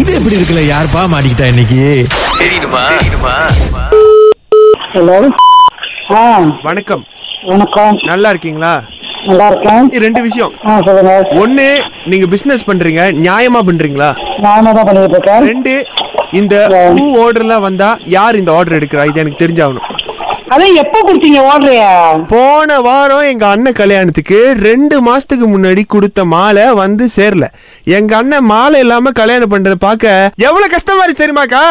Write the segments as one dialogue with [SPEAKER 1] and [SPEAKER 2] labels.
[SPEAKER 1] இது எப்படி இருக்குல்ல யாருப்பா மாட்டிக்கிட்டா இன்னைக்கு
[SPEAKER 2] ஹலோ ஆ
[SPEAKER 3] வணக்கம்
[SPEAKER 2] வணக்கம்
[SPEAKER 3] நல்லா இருக்கீங்களா
[SPEAKER 2] நல்லா இருக்கேன்
[SPEAKER 3] இது ரெண்டு விஷயம்
[SPEAKER 2] ஆ சொல்லுங்க
[SPEAKER 3] ஒண்ணு நீங்க பிசினஸ் பண்றீங்க நியாயமா பண்றீங்களா
[SPEAKER 2] நான் தான் பண்ணிட்டு இருக்கேன்
[SPEAKER 3] ரெண்டு இந்த பூ ஆர்டர்லாம் வந்தா யார் இந்த ஆர்டர் எடுக்கிறா இது எனக்கு தெரிஞ்சாகணும்
[SPEAKER 2] அதே எப்போ கொடுத்தீங்க ஓடுறியா
[SPEAKER 3] போன வாரம் எங்க அண்ணன் கல்யாணத்துக்கு ரெண்டு மாசத்துக்கு முன்னாடி கொடுத்த மாலை வந்து சேரல எங்க அண்ணன் மாலை இல்லாம கல்யாணம் பண்றத பார்க்க எவ்வளவு கஷ்டமா இருக்கு தெரியுமாக்கா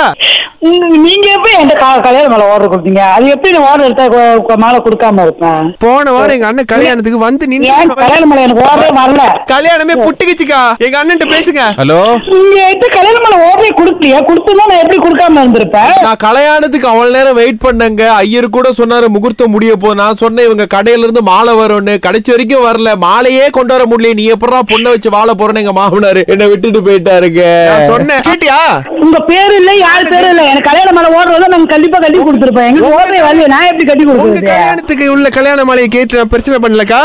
[SPEAKER 2] நீங்க எப்படி என்கிட்ட கா கல்யாணம் மேல ஓடுற கொடுத்தீங்க அது எப்படி நான் ஓடுற எடுத்தா கொ- கொ- மாலை கொடுக்காம இருப்பேன்
[SPEAKER 3] போன வாரம் எங்க அண்ணன் கல்யாணத்துக்கு வந்து
[SPEAKER 2] ஏன்
[SPEAKER 3] நின்று
[SPEAKER 2] கல்யாணம் மேல எனக்கு ஓடவே வரல
[SPEAKER 3] கல்யாணமே புட்டுக்குச்சுக்கா எங்க அண்ணன்ட்ட பேசுங்க
[SPEAKER 1] ஹலோ
[SPEAKER 2] நீங்க எடுத்து கல்யாணம் மேல ஓடவே கொடுக்கலையா கொடுத்துருந்தா நான் எப்படி கொடுக்காம இருந்திருப்பேன்
[SPEAKER 1] நான் கல்யாணத்துக்கு அவ்வளவு நேரம் வெயிட் பண்ணேங்க ஐயர் கூட சொன்னாரு முகூர்த்தம் முடிய போ நான் சொன்னேன் இவங்க கடையில இருந்து மாலை வரும்னு கடைசி வரைக்கும் வரல மாலையே கொண்டு வர முடியல நீ எப்படா பொண்ணை வச்சு வாழ போறேன்னு எங்க மாமனாரு என்ன விட்டுட்டு போயிட்டாருங்க
[SPEAKER 3] நான் சொன்னேன் கேட்டியா
[SPEAKER 2] உங்க பேரு இல்ல யாரு பேரு இல்ல எனக்கு கல்யாணம் மேல ஓடுறதா நாங்க கண்டிப்பா கட்டி கொடுத்துருப்பேன் எங்களுக்கு ஓடவே வரல நான் எப்படி கட்டி
[SPEAKER 3] உங்க
[SPEAKER 2] கொடுக்குறது
[SPEAKER 3] கல்யாணத்துக்கு உள்ள கல்யாண மாலையை கேட்டு நான் பிரச்சனை பண்ணலக்கா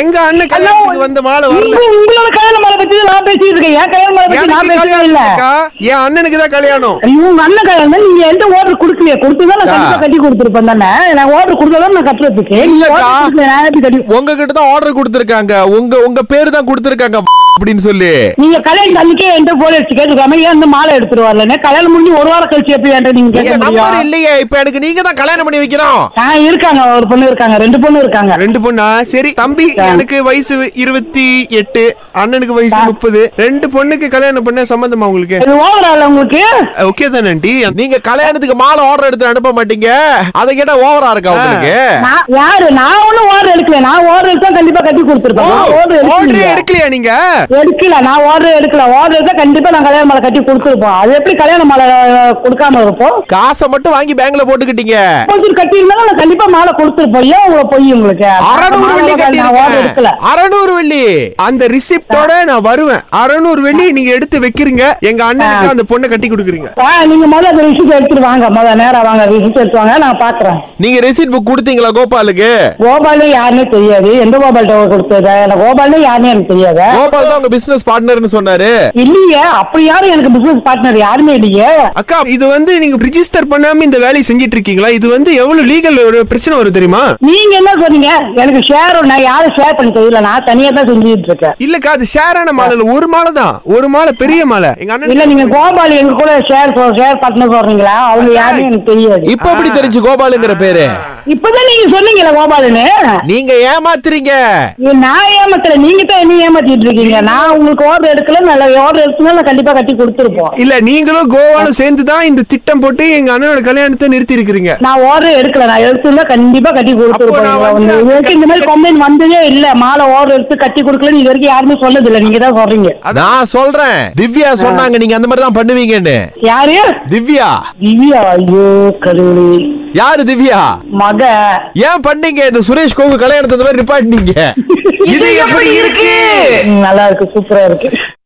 [SPEAKER 3] எங்க அண்ணன் கல்யாணத்துக்கு வந்த மாலை வரல
[SPEAKER 2] உங்க உங்களோட கல்யாணம் மேல பத்தி நான் பேசிட்டு இருக்கேன் என் கல்யாணம் மேல பத்தி நான்
[SPEAKER 3] எனக்கு
[SPEAKER 2] பேசவே
[SPEAKER 3] கல்யாணம்
[SPEAKER 2] இல்ல
[SPEAKER 3] இல்லக்கா. என் அண்ணனுக்கு தான் கல்யாணம்
[SPEAKER 2] உங்க அண்ணன் கல்யாணம் நீங்க எந்த ஓர்டர் கொடுக்கலையே கொடுத்துதான் நான் கண்டிப்பா கட்டி கொடுத்துருப்பேன் தானே நான் ஓர்டர் கொடுத்ததான் நான் கட்டுறதுக்கு நீங்க
[SPEAKER 1] இல்லக்கா.
[SPEAKER 2] order கொடுக்கல, நான் எப்படி கட்டி
[SPEAKER 1] உங்ககிட்ட தான் ஆர்டர் கொடுத்திருக்காங்க உங்க உங்க பேரு தான் கொடுத்திருக்காங்க அப்படின்னு சொல்லி
[SPEAKER 2] நீங்க கல்யாணம் அன்னைக்கே என்கிட்ட போல அடிச்சு கேட்டுக்காம ஏன் இந்த மாலை எடுத்துட்டு வரலன்னு கல்யாணம் முடிஞ்சு ஒரு வாரம் கழிச்சு எப்படி என்கிட்ட நீங்க கேட்க
[SPEAKER 1] நம்பர்
[SPEAKER 2] முடியும்
[SPEAKER 1] இல்லையே இப்ப எனக்கு நீங்க தான் கல்யாணம் பண்ணி வைக்கிறோம்
[SPEAKER 2] நான் இருக்காங்க ஒரு பொண்ணு இருக்காங்க ரெண்டு பொண்ணு இருக்காங்க
[SPEAKER 3] ரெண்டு பொண்ணா சரி தம்பி எனக்கு வயசு இருபத்தி எட்டு அண்ணனுக்கு வயசு முப்பது ரெண்டு பொண்ணுக்கு கல்யாணம் பண்ண சம்மந்தமா உங்களுக்கு
[SPEAKER 2] இது ஓவரால உங்களுக்கு
[SPEAKER 3] ஓகே தானே ஆண்டி
[SPEAKER 1] நீங்க கல்யாணத்துக்கு மாலை ஆர்டர் எடுத்து அனுப்ப மாட்டீங்க அதை கேட்டா ஓவரா இருக்கா உங்களுக்கு
[SPEAKER 2] நான் யாரு நான் ஒண்ணும் ஓர்டர் எடுக்கல நான் ஓர்டர் தான் கண்டிப்பா கட்டி கொடுத்துருப்பேன் நான் order
[SPEAKER 3] ஆர்டரே
[SPEAKER 2] எடுக்கலையே.
[SPEAKER 3] எடுக்கலையா நீங்க
[SPEAKER 2] எடுக்கல நான் ஆர்டர் எடுக்கல ஆர்டர் எடுத்தா கண்டிப்பா நான் கல்யாண மாலை கட்டி கொடுத்துருப்போம் அது எப்படி கல்யாண மாலை அஹ், கொடுக்காம இருப்போம்
[SPEAKER 1] காசை மட்டும் வாங்கி பேங்க்ல போட்டுக்கிட்டீங்க
[SPEAKER 2] கொஞ்சம் கட்டி இருந்தாலும் நான் கண்டிப்பா மாலை கொடுத்துருப்போம் ஏன் உங்களை பொய் உங்களுக்கு
[SPEAKER 1] அறநூறு வெள்ளி
[SPEAKER 2] நான் ஆர்டர் எடுக்கல
[SPEAKER 1] கட்டிருக்கேன் அறநூறு வெள்ளி
[SPEAKER 3] அந்த ரிசிப்டோட நான் வருவேன் அறநூறு வெள்ளி நீங்க எடுத்து வைக்கிறீங்க எங்க அண்ணனுக்கு அந்த பொண்ணை கட்டி கொடுக்குறீங்க
[SPEAKER 2] ஆ, நீங்க முதல்ல அந்த ரிசிப்ட் எடுத்துட்டு வாங்க முதல்ல நேரா வாங்க ரிசிப்ட் எடுத்து வாங்க நான் பாக்குறேன்
[SPEAKER 1] நீங்க ரெசிப்ட் புக் கொடுத்தீங்களா கோபாலுக்கு
[SPEAKER 2] கோபாலே யாருன்னே தெரியாது எந்த கோபால் டவர் கொடுத்தது எனக்கு கோபாலே யாருன்னே எனக்கு தெரியாது
[SPEAKER 1] கோபால் தான் உங்க பிசினஸ் பார்ட்னர்னு சொன்னாரு
[SPEAKER 2] இல்லையே அப்படி யாரும் எனக்கு பிசினஸ் பார்ட்னர் யாருமே இல்லையே
[SPEAKER 3] அக்கா இது வந்து நீங்க ரிஜிஸ்டர் பண்ணாம இந்த வேலையை செஞ்சிட்டு இருக்கீங்களா இது வந்து எவ்வளவு லீகல் ஒரு பிரச்சனை வரும் தெரியுமா
[SPEAKER 2] நீங்க என்ன சொன்னீங்க எனக்கு ஷேர் நான் யாரும் ஷேர் பண்ணி தெரியல நான் தனியா தான் செஞ்சுட்டு இருக்கேன்
[SPEAKER 3] இல்லக்கா அது ஷேரான மாலைல ஒரு மாலை தான் ஒரு மாலை பெரிய மாலை எங்க
[SPEAKER 2] இல்ல
[SPEAKER 3] அண்ணன்
[SPEAKER 2] நீங்க கோபால் எங்க கூட ஷேர் ஷேர் பண்ண சொல்றீங்களா அவங்க யாருன்னு எனக்கு தெரியாது
[SPEAKER 1] இப்ப எப்படி தெரிஞ்சு கோபாலுங்கிற பேரு
[SPEAKER 2] இப்பதான் நீங்க சொன்னீங்கல்ல கோபாலுன்னு
[SPEAKER 1] நீங்க ஏமாத்துறீங்க
[SPEAKER 2] இது நான் ஏமாத்தல நீங்க தான் என்ன ஏமாத்திட்டு இருக்கீங்க நான் உங்களுக்கு ஓர்டர் எடுக்கல நல்ல ஓர்டர் எடுத்துனா நான் கண்டிப்பா கட்டி கொடுத்துருப்போம்
[SPEAKER 3] இல்ல நீங்களும் கோவாலும் சேர்ந்து தான் இந்த திட்டம் போட்டு எங்க அண்ணனோட கல்யாணத்தை நிறுத்தி இருக்கிறீங்க
[SPEAKER 2] நான் ஓர்டர் எடுக்கல நான் எடுத்துருந்தா கண்டிப்பா கட்டி
[SPEAKER 3] அப்போ நான் வந்து-
[SPEAKER 2] கொடுத்துருப்போம் இது வரைக்கும் இந்த மாதிரி கம்ப்ளைண்ட் வந்ததே இல்ல மாலை ஓர்டர் எடுத்து கட்டி கொடுக்கலன்னு இது வரைக்கும் யாருமே சொன்னது இல்ல நீங்க தான் சொல்றீங்க
[SPEAKER 1] நான் சொல்றேன் திவ்யா சொன்னாங்க நீங்க அந்த மாதிரி தான் பண்ணுவீங்கன்னு
[SPEAKER 2] யாரு
[SPEAKER 1] திவ்யா
[SPEAKER 2] திவ்யா ஐயோ கடவுளே
[SPEAKER 1] யாரு திவ்யா
[SPEAKER 2] மக
[SPEAKER 1] ஏன் பண்ணீங்க இந்த சுரேஷ் கோகு கல்யாணத்தை இந்த மாதிரி நிப்பாட்டினீங்க இது எப்படி இருக்கு
[SPEAKER 2] ம், நல்லா இருக்கு சூப்பரா இருக்கு